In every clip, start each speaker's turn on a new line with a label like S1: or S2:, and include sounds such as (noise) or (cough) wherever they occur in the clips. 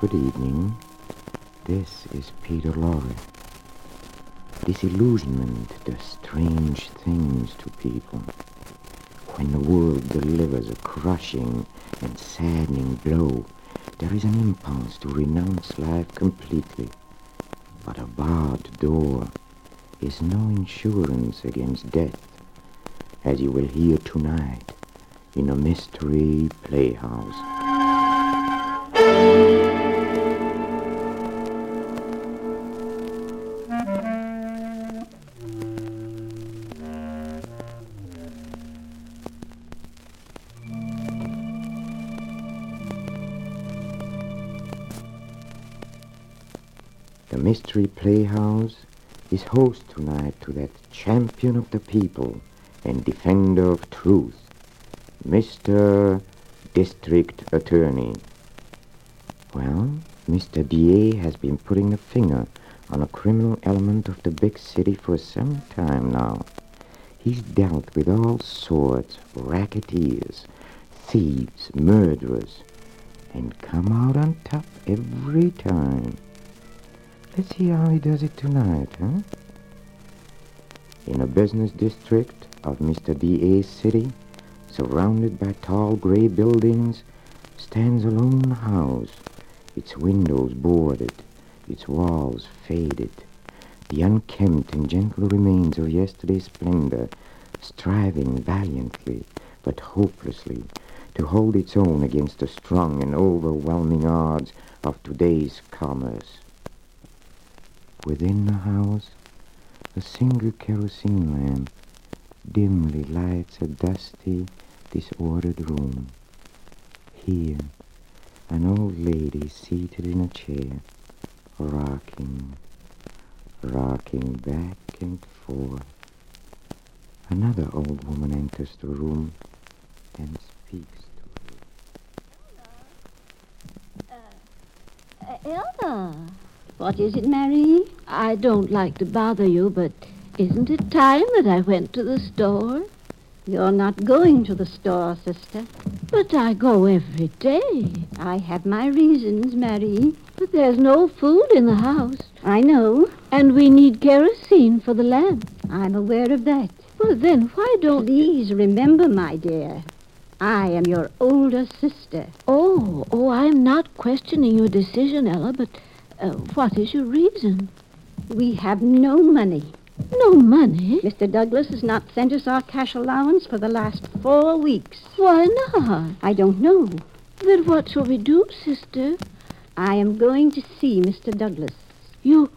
S1: Good evening. This is Peter Lorre. Disillusionment does strange things to people. When the world delivers a crushing and saddening blow, there is an impulse to renounce life completely. But a barred door is no insurance against death, as you will hear tonight in a mystery playhouse. The Mystery Playhouse is host tonight to that champion of the people and defender of truth, Mr. District Attorney. Well, Mr. DA has been putting a finger on a criminal element of the big city for some time now. He's dealt with all sorts of racketeers, thieves, murderers, and come out on top every time. Let's see how he does it tonight, huh? In a business district of Mr. D.A.'s city, surrounded by tall gray buildings, stands a lone house, its windows boarded, its walls faded. The unkempt and gentle remains of yesterday's splendor, striving valiantly, but hopelessly, to hold its own against the strong and overwhelming odds of today's commerce. Within the house, a single kerosene lamp dimly lights a dusty, disordered room. Here, an old lady seated in a chair, rocking, rocking back and forth. Another old woman enters the room and speaks to her.
S2: Uh,
S3: Elda. What is it, Mary? I don't like to bother you, but isn't it time that I went to the store? You're not going to the store, sister. But I go every day. I have my reasons, Mary. But there's no food in the house. I know. And we need kerosene for the lamp. I'm aware of that. Well, then why don't. Please remember, my dear, I am your older sister.
S2: Oh, oh, I'm not questioning your decision, Ella, but uh, what is your reason?
S3: We have no money.
S2: No money?
S3: Mr. Douglas has not sent us our cash allowance for the last four weeks.
S2: Why not?
S3: I don't know.
S2: Then what shall we do, sister?
S3: I am going to see Mr. Douglas.
S2: You.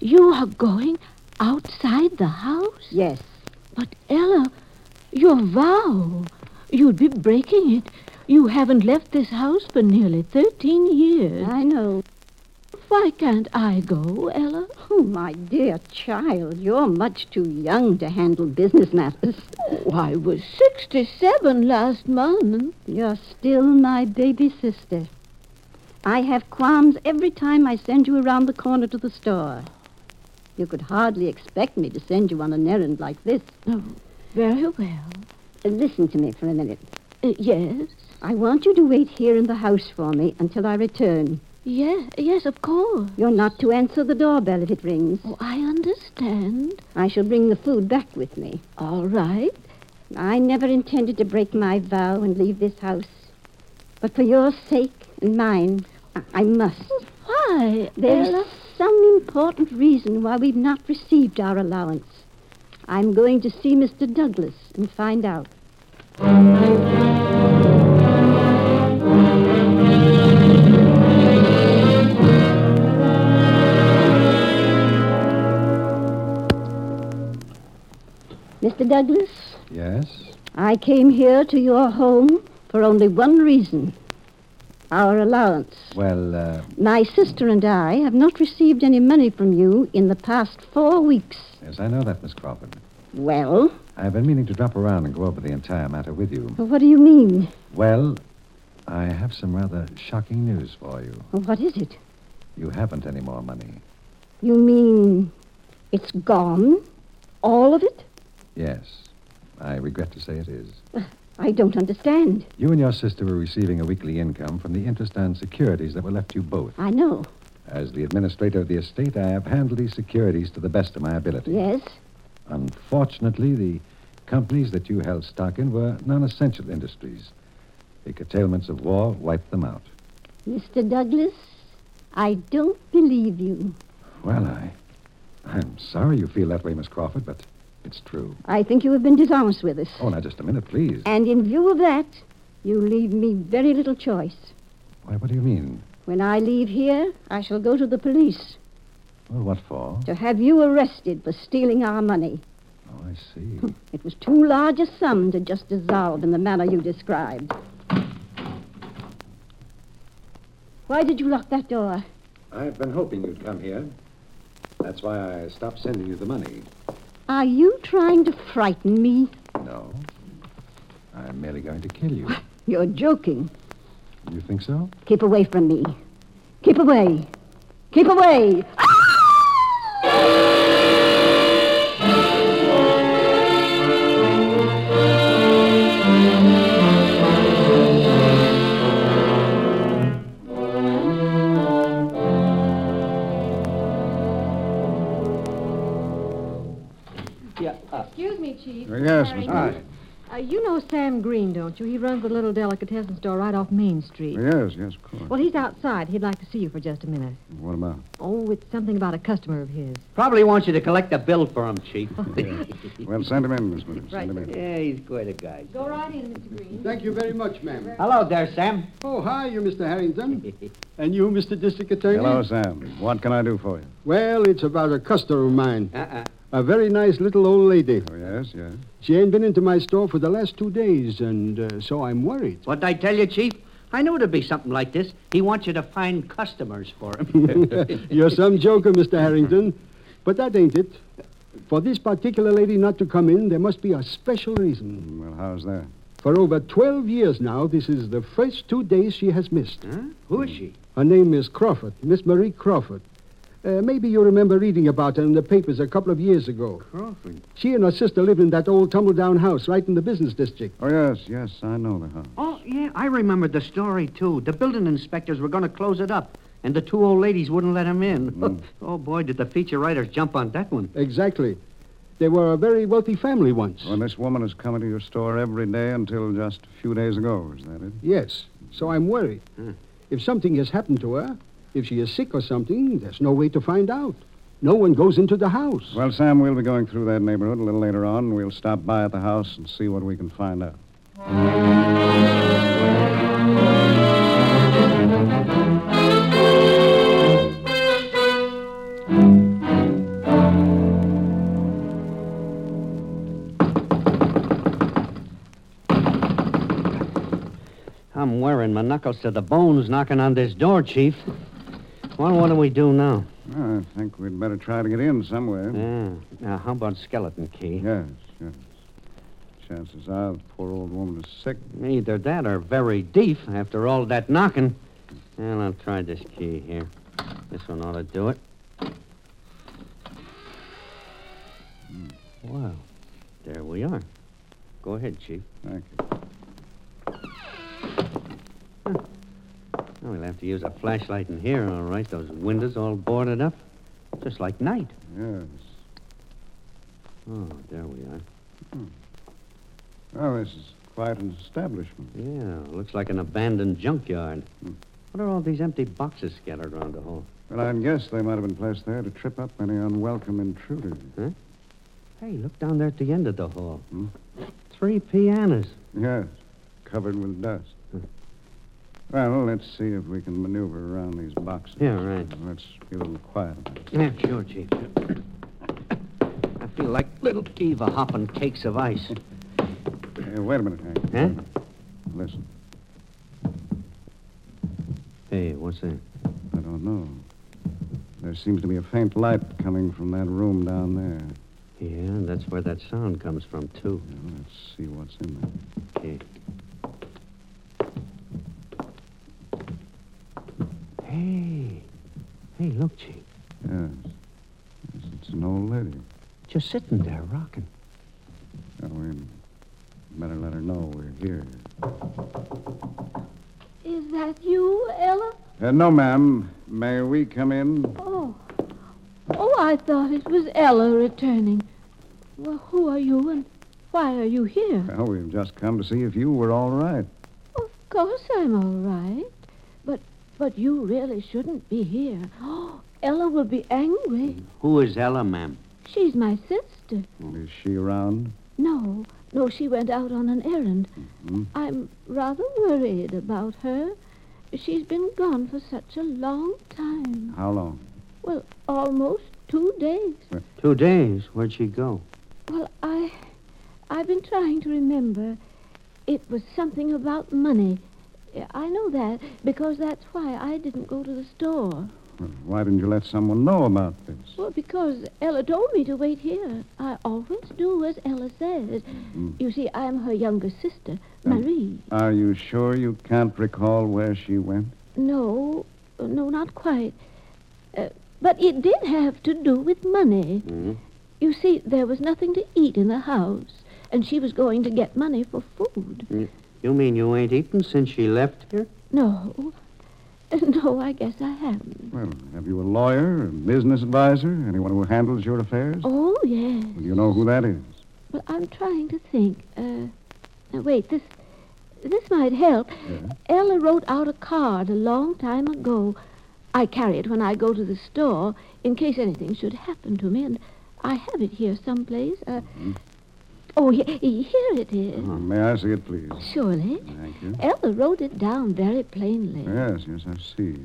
S2: You are going outside the house?
S3: Yes.
S2: But, Ella, your vow. You'd be breaking it. You haven't left this house for nearly 13 years.
S3: I know.
S2: Why can't I go, Ella? Oh, my dear child, you're much too young to handle business matters.
S3: Oh, I was 67 last month.
S2: You're still my baby sister. I have qualms every time I send you around the corner to the store. You could hardly expect me to send you on an errand like this.
S3: Oh, very well.
S2: Uh, Listen to me for a minute.
S3: Uh, yes?
S2: I want you to wait here in the house for me until I return.
S3: Yes, yes, of course.
S2: You're not to answer the doorbell if it rings.
S3: Oh, I understand.
S2: I shall bring the food back with me.
S3: All right.
S2: I never intended to break my vow and leave this house. But for your sake and mine, I, I must.
S3: Why,
S2: There's
S3: Ella?
S2: some important reason why we've not received our allowance. I'm going to see Mr. Douglas and find out. Mr. Douglas,
S4: Yes?
S2: I came here to your home for only one reason our allowance.
S4: Well, uh,
S2: My sister and I have not received any money from you in the past four weeks.
S4: yes, I know that, Miss Crawford.
S2: Well,
S4: I've been meaning to drop around and go over the entire matter with you.
S2: what do you mean?
S4: Well, I have some rather shocking news for you.
S2: What is it?
S4: You haven't any more money.
S2: You mean it's gone? All of it?
S4: Yes. I regret to say it is.
S2: I don't understand.
S4: You and your sister were receiving a weekly income from the interest on securities that were left you both.
S2: I know.
S4: As the administrator of the estate, I have handled these securities to the best of my ability.
S2: Yes?
S4: Unfortunately, the companies that you held stock in were non essential industries. The curtailments of war wiped them out.
S2: Mr. Douglas, I don't believe you.
S4: Well, I. I'm sorry you feel that way, Miss Crawford, but it's true.
S2: I think you have been dishonest with us.
S4: Oh, now, just a minute, please.
S2: And in view of that, you leave me very little choice.
S4: Why, what do you mean?
S2: When I leave here, I shall go to the police
S4: Well, what for?
S2: to have you arrested for stealing our money.
S4: Oh, I see.
S2: (laughs) It was too large a sum to just dissolve in the manner you described. Why did you lock that door?
S4: I've been hoping you'd come here. That's why I stopped sending you the money.
S2: Are you trying to frighten me?
S4: No. I'm merely going to kill you.
S2: You're joking.
S4: You think so?
S2: Keep away from me. Keep away. Keep away.
S5: Excuse me, Chief.
S4: Yes, Miss
S5: Uh, you know Sam Green, don't you? He runs the little delicatessen store right off Main Street.
S4: Yes, yes, of course.
S5: Well, he's outside. He'd like to see you for just a minute.
S4: What about?
S5: Oh, it's something about a customer of his.
S6: Probably wants you to collect a bill for him,
S4: (laughs)
S6: Chief.
S4: Oh, Well, send him in, Miss Williams. Send him in.
S6: yeah, he's quite a guy.
S5: Go right in, Mr. Green.
S7: Thank you very much, ma'am.
S6: Hello there, Sam.
S7: Oh, hi, you,
S5: (laughs)
S7: Mr. Harrington. And you, Mr. District Attorney?
S4: Hello, Sam. What can I do for you?
S7: Well, it's about a customer of mine.
S5: Uh.
S6: Uh-uh.
S7: A very nice little old lady.
S4: Oh, yes, yes.
S7: She ain't been into my store for the last two days, and uh, so I'm worried. (laughs)
S6: What'd I tell you, Chief? I knew it'd be something like this. He wants you to find customers for
S4: (laughs)
S6: him.
S7: You're some joker, Mr. Harrington. But that ain't it. For this particular lady not to come in, there must be a special reason.
S4: Mm, Well, how's that?
S7: For over 12 years now, this is the first two days she has missed.
S6: Huh? Who is she?
S7: Her name is Crawford, Miss Marie Crawford. Uh, maybe you remember reading about her in the papers a couple of years ago.
S6: Crawford.
S7: She and her sister live in that old tumble-down house right in the business district.
S4: Oh, yes, yes, I know the house.
S6: Oh, yeah, I remember the story, too. The building inspectors were going to close it up, and the two old ladies wouldn't let him in.
S4: Mm.
S6: (laughs) oh, boy, did the feature writers jump on that one.
S7: Exactly. They were a very wealthy family once.
S4: Well, this woman has come into your store every day until just a few days ago. Is that it?
S7: Yes. So I'm worried. If something has happened to her, if she is sick or something, there's no way to find out. No one goes into the house.
S4: Well, Sam, we'll be going through that neighborhood a little later on. We'll stop by at the house and see what we can find out.
S6: I'm wearing my knuckles to the bones knocking on this door, Chief. Well, what do we do now?
S8: Well, I think we'd better try to get in somewhere.
S6: Yeah. Mm. Now, how about skeleton key?
S8: Yes, yes. Chances are the poor old woman is sick.
S6: Either that or very deep after all that knocking. Well, I'll try this key here. This one ought to do it.
S8: Hmm.
S6: Wow. There we are. Go ahead, Chief.
S8: Thank you.
S6: Now we'll have to use a flashlight in here, all right. Those windows all boarded up. Just like night.
S8: Yes.
S6: Oh, there we are.
S8: Well, this is quite an establishment. Hmm.
S6: Yeah, looks like an abandoned junkyard. What are all these empty boxes scattered around the hall?
S8: Well, I'd guess they might have been placed there to trip up any unwelcome intruder.
S6: Hey, look down there at the end of the hall.
S8: Hmm?
S6: Three pianos.
S8: Yes, covered with dust. Well, let's see if we can maneuver around these boxes.
S6: Yeah, right.
S8: Let's get a little quiet.
S6: Yeah, sure, Chief. I feel like little Eva hopping cakes of ice.
S8: Hey, wait a minute, Hank.
S6: Huh?
S8: Listen,
S6: Hey, what's that?
S8: I don't know. There seems to be a faint light coming from that room down there.
S6: Yeah, that's where that sound comes from, too.
S8: Well, let's see what's in there.
S6: Okay. Hey. Hey, look, Chief.
S8: Yes. yes it's an old lady.
S6: Just sitting there rocking.
S8: Well, we better let her know we're here.
S3: Is that you, Ella?
S8: Uh, no, ma'am. May we come in?
S3: Oh. Oh, I thought it was Ella returning. Well, who are you and why are you here?
S8: Well, we've just come to see if you were all right.
S3: Of course I'm all right. But but you really shouldn't be here. Oh, Ella will be angry.
S6: Who is Ella, ma'am?
S3: She's my sister.
S8: Is she around?
S3: No, no, she went out on an errand. I'm rather worried about her. She's been gone for such a long time.
S8: How long?
S3: Well, almost two days.
S6: Two days. Where'd she go?
S3: Well, I, I've been trying to remember. It was something about money. I know that because that's why I didn't go to the store.
S8: Well, Why didn't you let someone know about this?
S3: Well, because Ella told me to wait here. I always do as Ella says. You see, I'm her younger sister, Marie.
S8: Hmm. Are you sure you can't recall where she went?
S3: No, no, not quite. Uh, but it did have to do with money. You see, there was nothing to eat in the house, and she was going to get money for food.
S6: Mm. You mean you ain't eaten since she left here?
S3: No, no, I guess I haven't.
S8: Well, have you a lawyer, a business advisor, anyone who handles your affairs?
S3: Oh yes,
S8: Do you know who that is?
S3: well, I'm trying to think. Uh, now wait, this, this might help. Ella wrote out a card a long time ago. I carry it when I go to the store in case anything should happen to me, and I have it here someplace. Uh, Oh, he- he- here it is.
S8: Hmm? Oh, May I see it, please?
S3: Surely.
S8: Thank you.
S3: Ella wrote it down very plainly.
S8: Yes, yes, I see.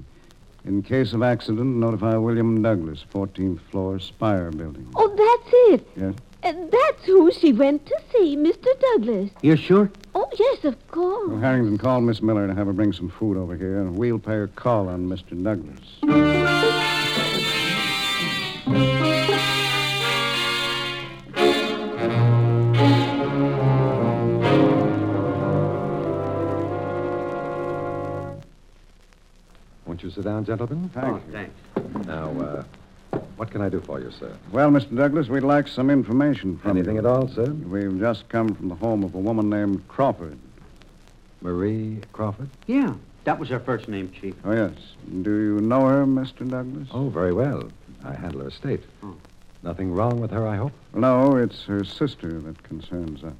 S8: In case of accident, notify William Douglas, 14th floor, Spire Building.
S3: Oh, that's it.
S8: Yes?
S3: Uh, that's who she went to see, Mr. Douglas.
S6: You're sure?
S3: Oh, yes, of course.
S8: Well, Harrington, call Miss Miller to have her bring some food over here, and we'll pay her call on Mr. Douglas.
S4: Won't you sit down, gentlemen?
S8: Thank you.
S6: thanks.
S4: Now, uh, what can I do for you, sir?
S8: Well, Mr. Douglas, we'd like some information from
S4: Anything
S8: you.
S4: at all, sir?
S8: We've just come from the home of a woman named Crawford.
S4: Marie Crawford?
S6: Yeah, that was her first name, Chief.
S8: Oh, yes. Do you know her, Mr. Douglas? Hmm.
S4: Oh, very well. I handle her estate.
S6: Oh.
S4: Nothing wrong with her, I hope?
S8: No, it's her sister that concerns us.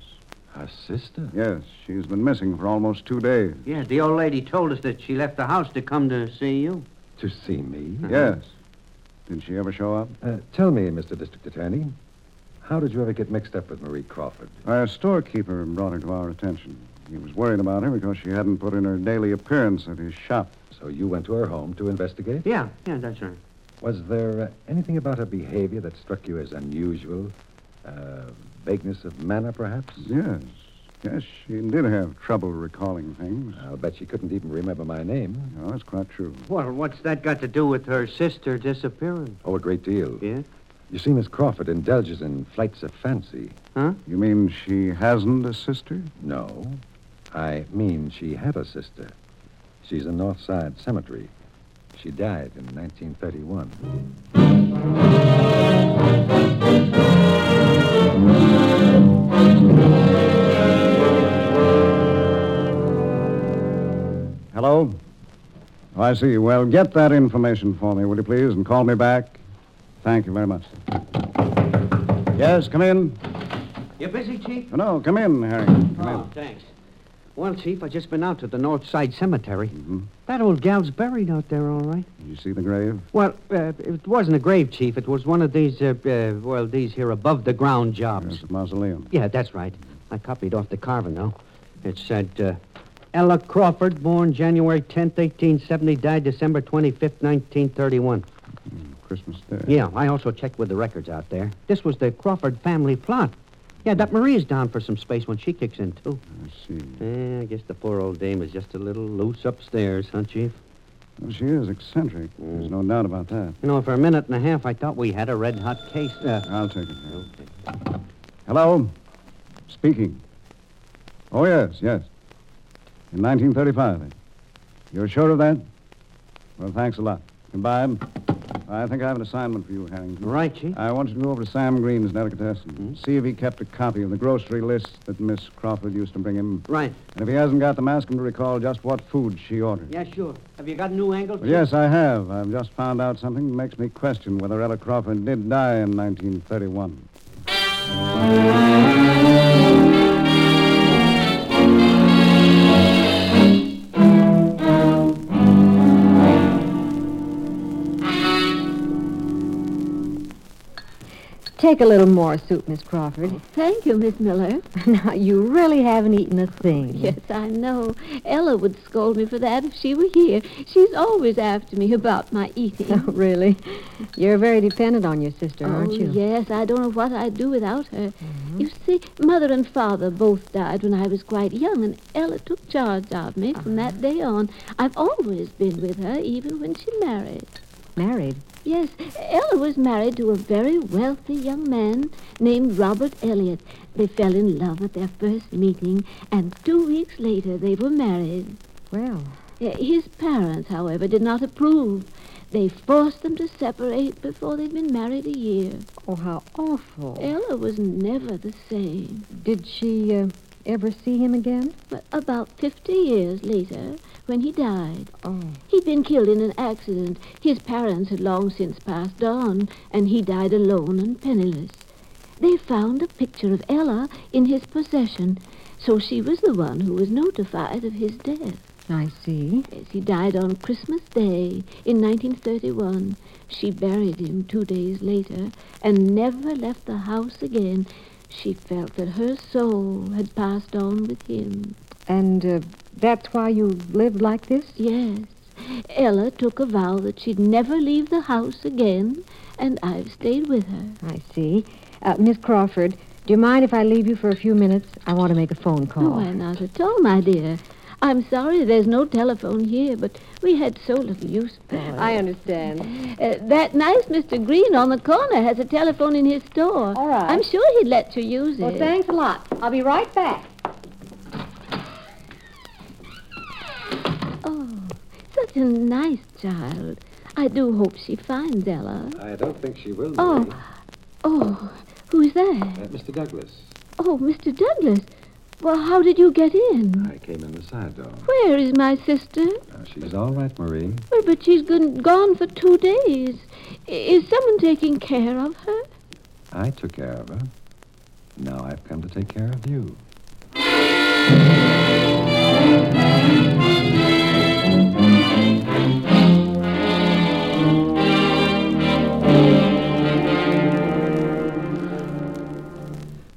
S4: Her sister?
S8: Yes, she's been missing for almost two days.
S6: Yeah, the old lady told us that she left the house to come to see you.
S4: To see me?
S8: Yes. Did she ever show up?
S4: Uh-huh. Uh, tell me, Mr. District Attorney, how did you ever get mixed up with Marie Crawford?
S8: Our storekeeper brought her to our attention. He was worried about her because she hadn't put in her daily appearance at his shop.
S4: So you went to her home to investigate?
S6: Yeah, yeah, that's right.
S4: Was there uh, anything about her behavior that struck you as unusual? Uh, vagueness of manner, perhaps?
S8: Yes. Yes, she did have trouble recalling things.
S4: I'll bet she couldn't even remember my name.
S8: No, that's quite true.
S6: Well, what's that got to do with her sister disappearing?
S4: Oh, a great deal.
S6: Yeah?
S4: You see, Miss Crawford indulges in flights of fancy.
S6: Huh?
S8: You mean she hasn't a sister?
S4: No. I mean she had a sister. She's in North Side Cemetery. She died in 1931.
S8: Hello? Oh, I see. Well, get that information for me, will you please, and call me back? Thank you very much. Yes, come in.
S6: You busy, Chief?
S8: Oh, no, come in, Harry. Come
S6: oh,
S8: in.
S6: thanks. Well, Chief, I just been out to the North Side Cemetery.
S8: Mhm.
S6: That old gal's buried out there, all right.
S8: You see the grave?
S6: Well, uh, it wasn't a grave, Chief. It was one of these, uh, uh, well, these here above the ground jobs.
S8: Yes, the mausoleum.
S6: Yeah, that's right. I copied off the carving, though. It said, uh, Ella Crawford, born January 10th, 1870, died December 25th, 1931.
S8: Christmas Day.
S6: Yeah, I also checked with the records out there. This was the Crawford family plot. Yeah, that Marie's down for some space when she kicks in, too.
S8: I see.
S6: Eh, I guess the poor old dame is just a little loose upstairs, huh, Chief? Mm.
S8: Well, she is eccentric. There's no doubt about that.
S6: You know, for a minute and a half, I thought we had a red hot case. Uh,
S8: I'll take it. Harry. Hello? Speaking. Oh, yes, yes. In 1935. eh? You're sure of that? Well, thanks a lot. Goodbye. I think I have an assignment for you, Harrington.
S6: right, Chief. Hmm?
S8: I want you to go over to Sam Green's delicatessen. See if he kept a copy of the grocery list that Miss Crawford used to bring him.
S6: Right.
S8: And if he hasn't got them, ask him to recall just what food she ordered.
S6: Yeah, sure. Have you got a new angle?
S8: Well, yes, I have. I've just found out something that makes me question whether Ella Crawford did die in 1931.
S9: Take a little more soup, Miss
S5: (laughs)
S9: Crawford.
S3: Thank you, Miss Miller.
S9: now, you really haven't eaten a thing.
S3: Yes, I know. Ella would scold me for that if she were here. She's always after me about my eating.
S9: Oh, (laughs) really? You're very dependent on your sister, aren't
S3: Oh,
S9: you? Mm-hmm.
S3: yes. I don't know what I'd do without her. You see, Mother and Father both died when I was quite young, and Ella took charge of me from
S9: Uh-huh.
S3: that day on. I've always been with her, even when she married.
S9: Married.
S3: Yes, Ella was married to a very wealthy young man named Robert Elliot. They fell in love at their first meeting, and two weeks later they were married.
S9: Well,
S3: Uh, His parents, however, did not approve. They forced them to separate before they'd been married a year.
S9: oh, how awful.
S2: Eh?
S3: Ella was never the same.
S9: Did she uh, ever see him again?
S3: But about 50 years later, when he died,
S9: Oh.
S3: he'd been killed in an accident. His parents had long since passed on, and he died alone and penniless. They found a picture of Ella in his possession, so she was the one who was notified of his death.
S9: I see.
S3: Yes, he died on Christmas Day in 1931. She buried him two days later and never left the house again. She felt that her soul had passed on with him.
S9: And uh, that's why you lived like this?
S3: Yes. Ella took a vow that she'd never leave the house again, and I've stayed with her.
S9: I see. Uh, Miss Crawford, do you mind if I leave you for a few minutes? I want to make a phone call.
S3: Oh, why not at all, my dear? I'm sorry there's no telephone here, but we had so little use for it.
S9: I understand.
S3: Uh, that nice Mr. Green on the corner has a telephone in his store.
S9: All right.
S3: I'm sure he'd let you use it.
S9: Well, thanks a lot. I'll be right back.
S3: Oh, such a nice child. I do hope she finds Ella.
S4: I don't think she will.
S3: Oh.
S4: Marie.
S3: Oh, who's that?
S4: Uh, Mr. Douglas.
S3: Oh, Mr. Douglas. Well, how did you get in?
S4: I came in the side door.
S3: Where is my sister?
S4: Now, she's all right, Marie.
S3: Well, Oh, but she's gone, gone for two days. I- Is someone taking care of her?
S4: I took care of her. Now I've come to take care of you.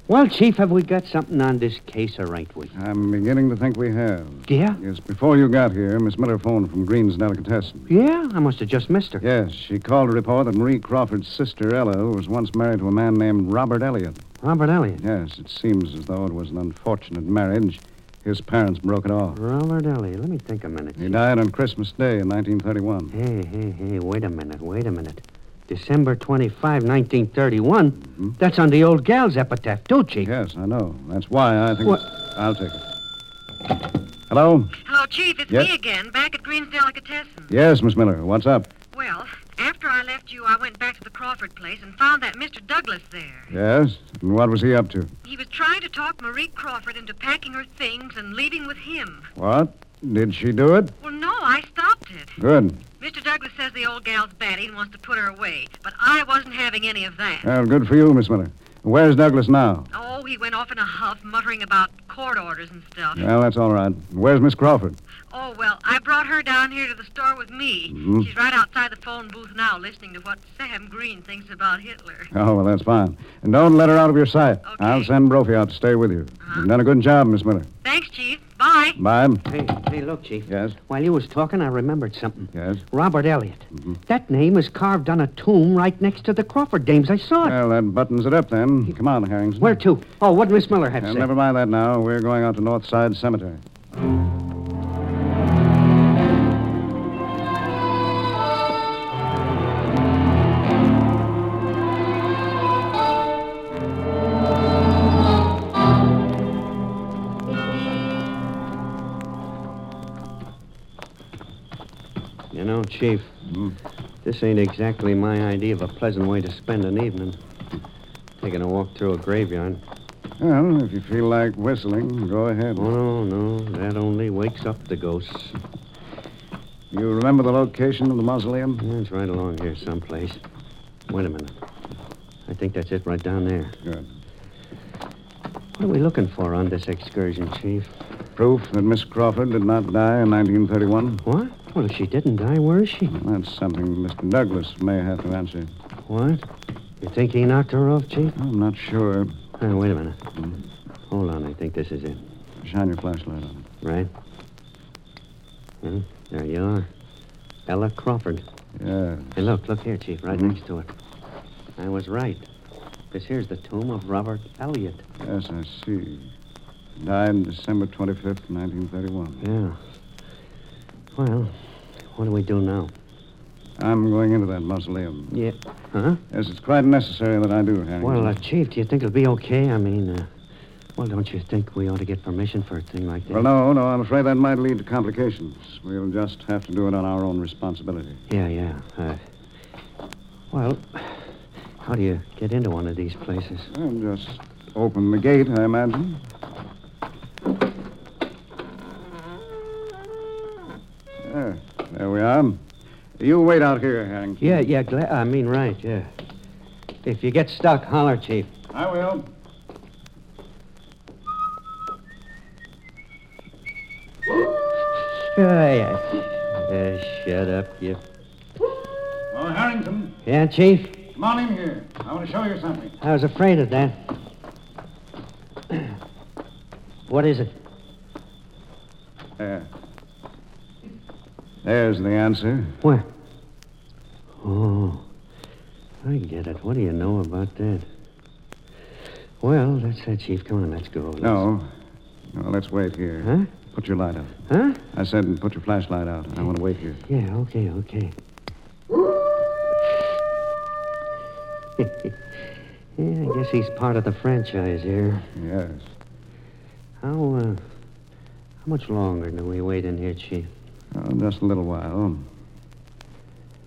S6: Well, Chief, have we got something on this case or ain't we?
S8: I'm beginning to think we have.
S6: Yeah?
S8: Yes, before you got here, Miss Miller phoned from Green's Delicatessen.
S6: Yeah? I must have just missed her.
S8: Yes, she called to report that Marie Crawford's sister, Ella, who was once married to a man named Robert Elliot.
S6: Robert Elliot?
S8: Yes, it seems as though it was an unfortunate marriage. His parents broke it off.
S6: Robert Elliot. Let me think a minute.
S8: He died on Christmas Day in 1931.
S6: Hey, hey, hey, wait a minute, wait a minute. December 25, 1931? That's on the old gal's epitaph, too, Chief.
S8: Mm-hmm. Yes, I know. That's why I think.
S6: What?
S8: I'll take it. Hello?
S5: Hello, Chief. It's
S8: Yes?
S5: me again, back at Green's Delicatessen.
S8: Yes, Miss Miller. What's up?
S5: Well, after I left you, I went back to the Crawford place and found that Mr. Douglas there.
S8: Yes? And what was he up to?
S5: He was trying to talk Marie Crawford into packing her things and leaving with him.
S8: What? Did she do it?
S5: Well, no, I stopped it.
S8: Good.
S5: Mr. Douglas says the old gal's batty and wants to put her away, but I wasn't having any of that.
S8: Well, good for you, Miss Miller. Where's Douglas now?
S5: Oh, he went off in a huff, muttering about court orders and stuff.
S8: Well, that's all right. Where's Miss Crawford?
S5: Oh, well, I brought her down here to the store with me.
S8: Mhm.
S5: She's right outside the phone booth now listening to what Sam Green thinks about Hitler.
S8: Oh, well, that's fine. And don't let her out of your sight. I'll send Brophy out to stay with you. You've done a good job, Miss Miller.
S5: Thanks, Chief. Bye.
S8: Bye.
S6: Hey, hey, look, Chief.
S8: Yes?
S6: While you was talking, I remembered something.
S8: Yes?
S6: Robert Elliot.
S8: Mm-hmm.
S6: That name is carved on a tomb right next to the Crawford dames. I saw it.
S8: Well, that buttons it up then. Come on, Harrington.
S6: Where to? Oh, what Miss Miller had
S8: Uh,
S6: said.
S8: never mind that now. We're going out to North Side Cemetery.
S6: You know, Chief, this ain't exactly my idea of a pleasant way to spend an evening. Taking a walk through a graveyard.
S8: Well, if you feel like whistling, go ahead.
S6: Oh, no, that only wakes up the ghosts.
S8: You remember the location of the mausoleum?
S6: It's right along here someplace. Wait a minute. I think that's it right down there.
S8: Good.
S6: What are we looking for on this excursion, Chief?
S8: Proof that Miss Crawford did not die in 1931?
S6: What? Well, if she didn't die, where is she?
S8: That's something Mr. Douglas may have to answer.
S6: What? You think he knocked her off, Chief?
S8: I'm not sure.
S6: Hey, wait a minute. Hold on, I think this is it.
S8: Shine your flashlight on.
S6: Right? Hmm, there you are. Ella Crawford.
S8: Yeah.
S6: Hey, look, look here, Chief,
S8: Mm-hmm.
S6: right next to it. I was right. This here's the tomb of Robert Elliot.
S8: Yes, I see. Died December 25th, 1931.
S6: Yeah. Well, what do we do now?
S8: I'm going into that mausoleum.
S6: Yeah. Huh?
S8: Yes, it's quite necessary that I do, Harrington.
S6: Well, uh, Chief, do you think it'll be okay? I mean, uh, well, don't you think we ought to get permission for a thing like that?
S8: Well, no, no, I'm afraid that might lead to complications. We'll just have to do it on our own responsibility.
S6: Yeah, yeah. Uh, well, how do you get into one of these places?
S8: Well, just open the gate, I imagine. There, there we are. You wait out here, Harrington.
S6: Yeah, yeah, gla- I mean, right, yeah. If you get stuck, holler, Chief.
S8: I will.
S6: Sure, yeah. Yeah, Uh, shut up, you.
S8: Oh, Harrington,
S6: Yeah, Chief?
S8: come on in here. I want to show you something.
S6: I was afraid of that. (clears throat) what is it?
S8: There. There's the answer.
S6: Where? Oh, I get it. What do you know about that? Well, that's it, Chief. Come on, let's go. Let's-
S8: No. No, let's wait here.
S6: Huh?
S8: Put your light out.
S6: Huh?
S8: I said put your flashlight out. I want to wait here.
S6: Yeah, okay, okay. (laughs) yeah, I guess he's part of the franchise here.
S8: Yes.
S6: How, uh, how much longer do we wait in here, Chief?
S8: Oh, just a little while.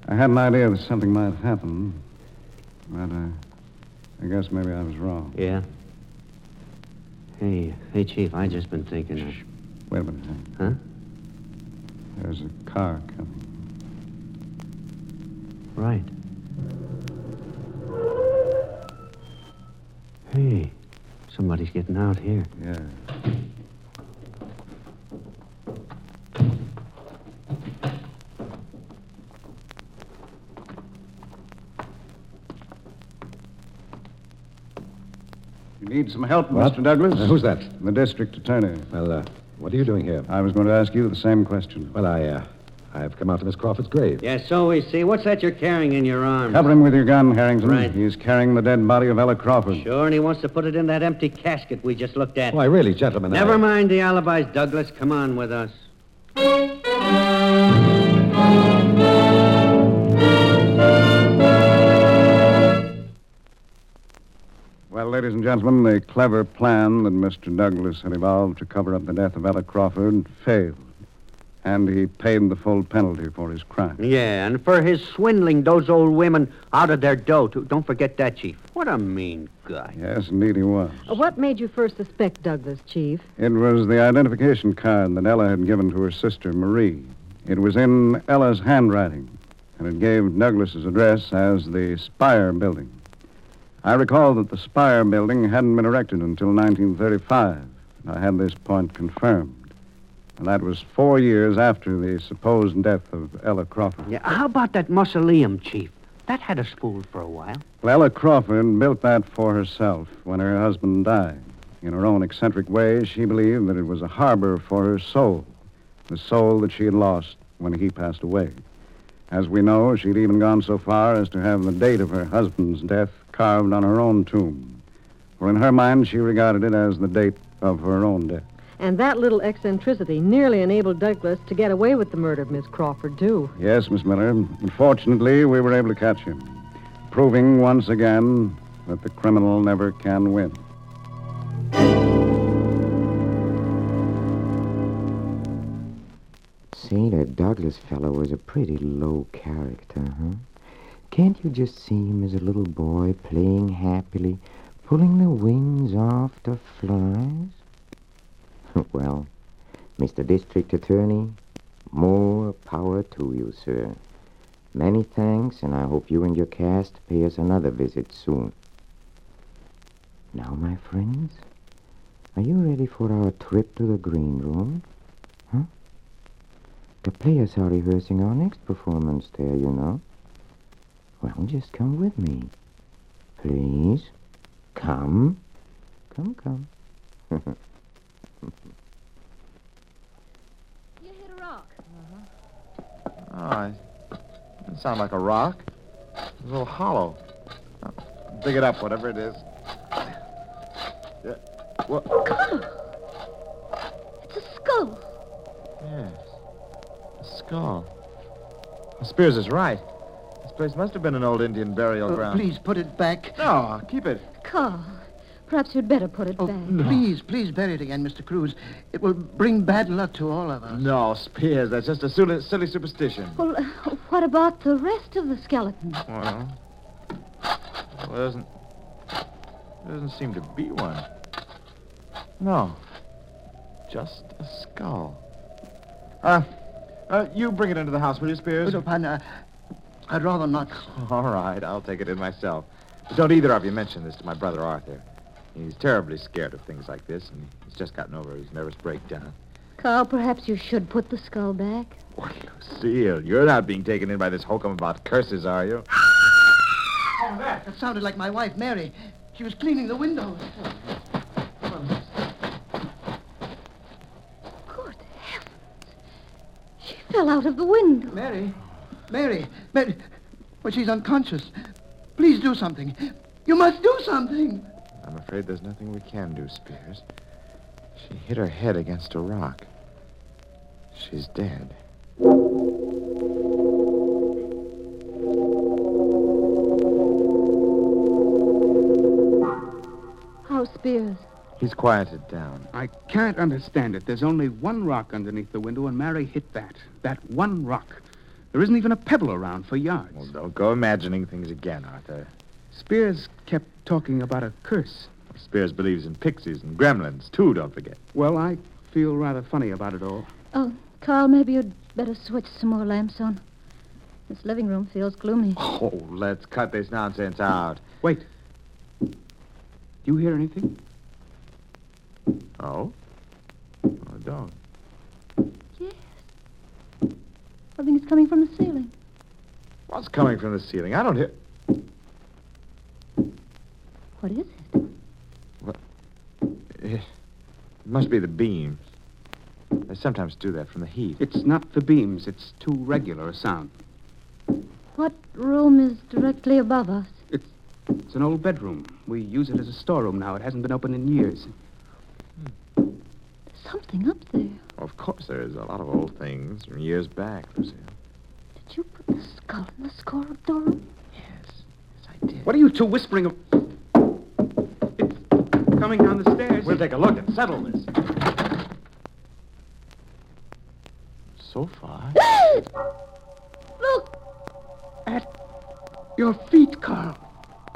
S8: I had an idea that something might happen, but uh, I guess maybe I was wrong.
S6: Yeah. Hey, hey, Chief, I just been thinking. of-
S8: Wait a minute. Hank.
S6: Huh?
S8: There's a car coming.
S6: Right. Hey, somebody's getting out here.
S8: Yeah. You need some help,
S4: What?
S8: Mr. Douglas?
S4: Uh, who's that?
S8: The district attorney.
S4: Well, uh, what are you doing here?
S8: I was going to ask you the same question.
S4: Well, I, uh, I've come out to Miss Crawford's grave.
S6: Yes, so we see. What's that you're carrying in your arm?
S8: Cover him with your gun, Harrington.
S6: Right.
S8: He's carrying the dead body of Ella Crawford.
S6: Sure, and he wants to put it in that empty casket we just looked at.
S4: Why, really, gentlemen. I-
S6: Never mind the alibis, Douglas. Come on with us.
S8: Well, ladies and gentlemen, the clever plan that Mr. Douglas had evolved to cover up the death of Ella Crawford failed. And he paid the full penalty for his crime.
S6: Yeah, and for his swindling those old women out of their dough, too. Don't forget that, Chief. What a mean guy.
S8: Yes, indeed he was.
S9: Uh, What made you first suspect Douglas, Chief?
S8: It was the identification card that Ella had given to her sister, Marie. It was in Ella's handwriting, and it gave Douglas's address as the Spire Building. I recall that the Spire Building hadn't been erected until 1935, and I had this point confirmed. And that was four years after the supposed death of Ella Crawford.
S6: Yeah, how about that mausoleum, Chief? That had us fooled for a while.
S8: Well, Ella Crawford built that for herself when her husband died. In her own eccentric way, she believed that it was a harbor for her soul, the soul that she had lost when he passed away. As we know, she'd even gone so far as to have the date of her husband's death carved on her own tomb, for in her mind she regarded it as the date of her own death.
S9: And that little eccentricity nearly enabled Douglas to get away with the murder of Miss Crawford, too.
S8: Yes, Miss Miller. Fortunately, we were able to catch him, proving once again that the criminal never can win.
S1: Say, that Douglas fellow was a pretty low character, huh? Can't you just see him as a little boy playing happily, pulling the wings off the flies? (laughs) well, Mr. District Attorney, more power to you, sir. Many thanks, and I hope you and your cast pay us another visit soon. Now, my friends, are you ready for our trip to the green room? Huh? The players are rehearsing our next performance there, you know. Well, just come with me. Please. Come. Come, come. (laughs)
S2: You hit a rock.
S10: Oh, it doesn't sound like a rock. It's a little hollow. Uh, Dig it up, whatever it is. Yeah. Well,
S2: It's a skull.
S10: yes. A skull. Well, Spears is right. This place must have been an old Indian burial
S11: Uh,
S10: ground.
S11: please put it back.
S10: No, keep it.
S2: Carl, perhaps you'd better put it back.
S11: Oh, Please, please bury it again, Mr. Cruz. It will bring bad luck to all of us.
S10: No, Spears, that's just a silly, silly superstition.
S2: Well, uh, what about the rest of the skeleton?
S10: Well, well, there doesn't there doesn't seem to be one. No, just a skull. Uh, uh, you bring it into the house, will you, Spears?
S11: Oh, no, Pan, uh, I'd rather not.
S10: All right, I'll take it in myself. But don't either of you mention this to my brother Arthur. He's terribly scared of things like this, and he's just gotten over his nervous breakdown.
S2: Carl, perhaps you should put the skull back.
S10: Lucille, you're not being taken in by this hokum about curses, are you?
S11: That sounded like my wife, Mary. She was cleaning the windows.
S2: She fell out of the window.
S11: Mary, Mary, Mary. Well, she's unconscious. Please do something. You must do something.
S10: I'm afraid there's nothing we can do, Spears. She hit her head against a rock. She's dead.
S2: How Spears?
S10: He's quieted down.
S12: I can't understand it. There's only one rock underneath the window, and Mary hit that. That one rock. There isn't even a pebble around for yards.
S10: Well, don't go imagining things again, Arthur.
S12: Spears kept talking about a curse.
S10: Spears believes in pixies and gremlins, too, don't forget.
S12: Well, I feel rather funny about it all.
S2: Oh, Carl, maybe you'd better switch some more lamps on. This living room feels gloomy.
S10: Oh, let's cut this nonsense out.
S12: Wait. Do you hear anything?
S10: Oh? I don't.
S2: Yes. I think it's coming from the ceiling.
S10: What's coming from the ceiling? I don't hear.
S2: What is it?
S10: What? It must be the beams. They sometimes do that from the heat.
S12: It's not the beams, it's too regular a sound.
S3: What room is directly above us?
S12: It's an old bedroom. We use it as a storeroom now. It hasn't been opened in years.
S3: Something up there.
S10: Of course, there's a lot of old things from years back, Lucille.
S3: Did you put the skull in this corridor?
S12: What are you two whispering of? It's coming down the stairs.
S10: We'll take a look and settle this. So (gasps) far,
S3: Look!
S11: Your feet, Carl.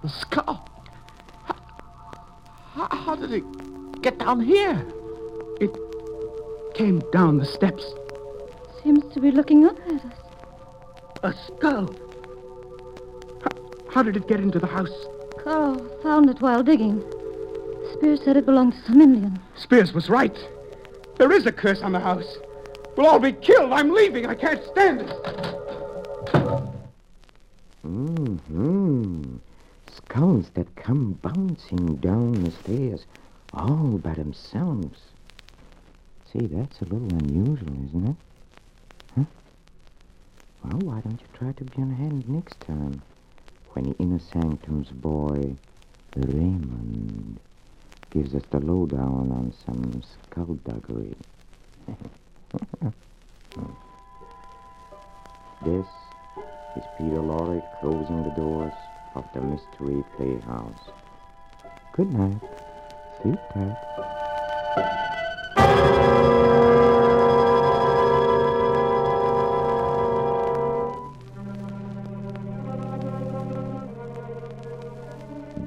S10: The skull. How, how did it get down here?
S12: It came down the steps.
S3: Seems to be looking up at us.
S12: A skull. How, how did it get into the house?
S3: Carl found it while digging. Spear said it belonged to some Indian.
S12: Spears was right. There is a curse on the house. We'll all be killed. I'm leaving. I can't stand this.
S1: Mm-hmm. Skulls that come bouncing down the stairs all by themselves. See, that's a little unusual, isn't it? Huh? Well, why don't you try to be on hand next time when the inner sanctum's boy, Raymond, gives us the lowdown on some skullduggery? (laughs) this is Peter Lorre closing the doors of the Mystery Playhouse. Good night. Sleep tight.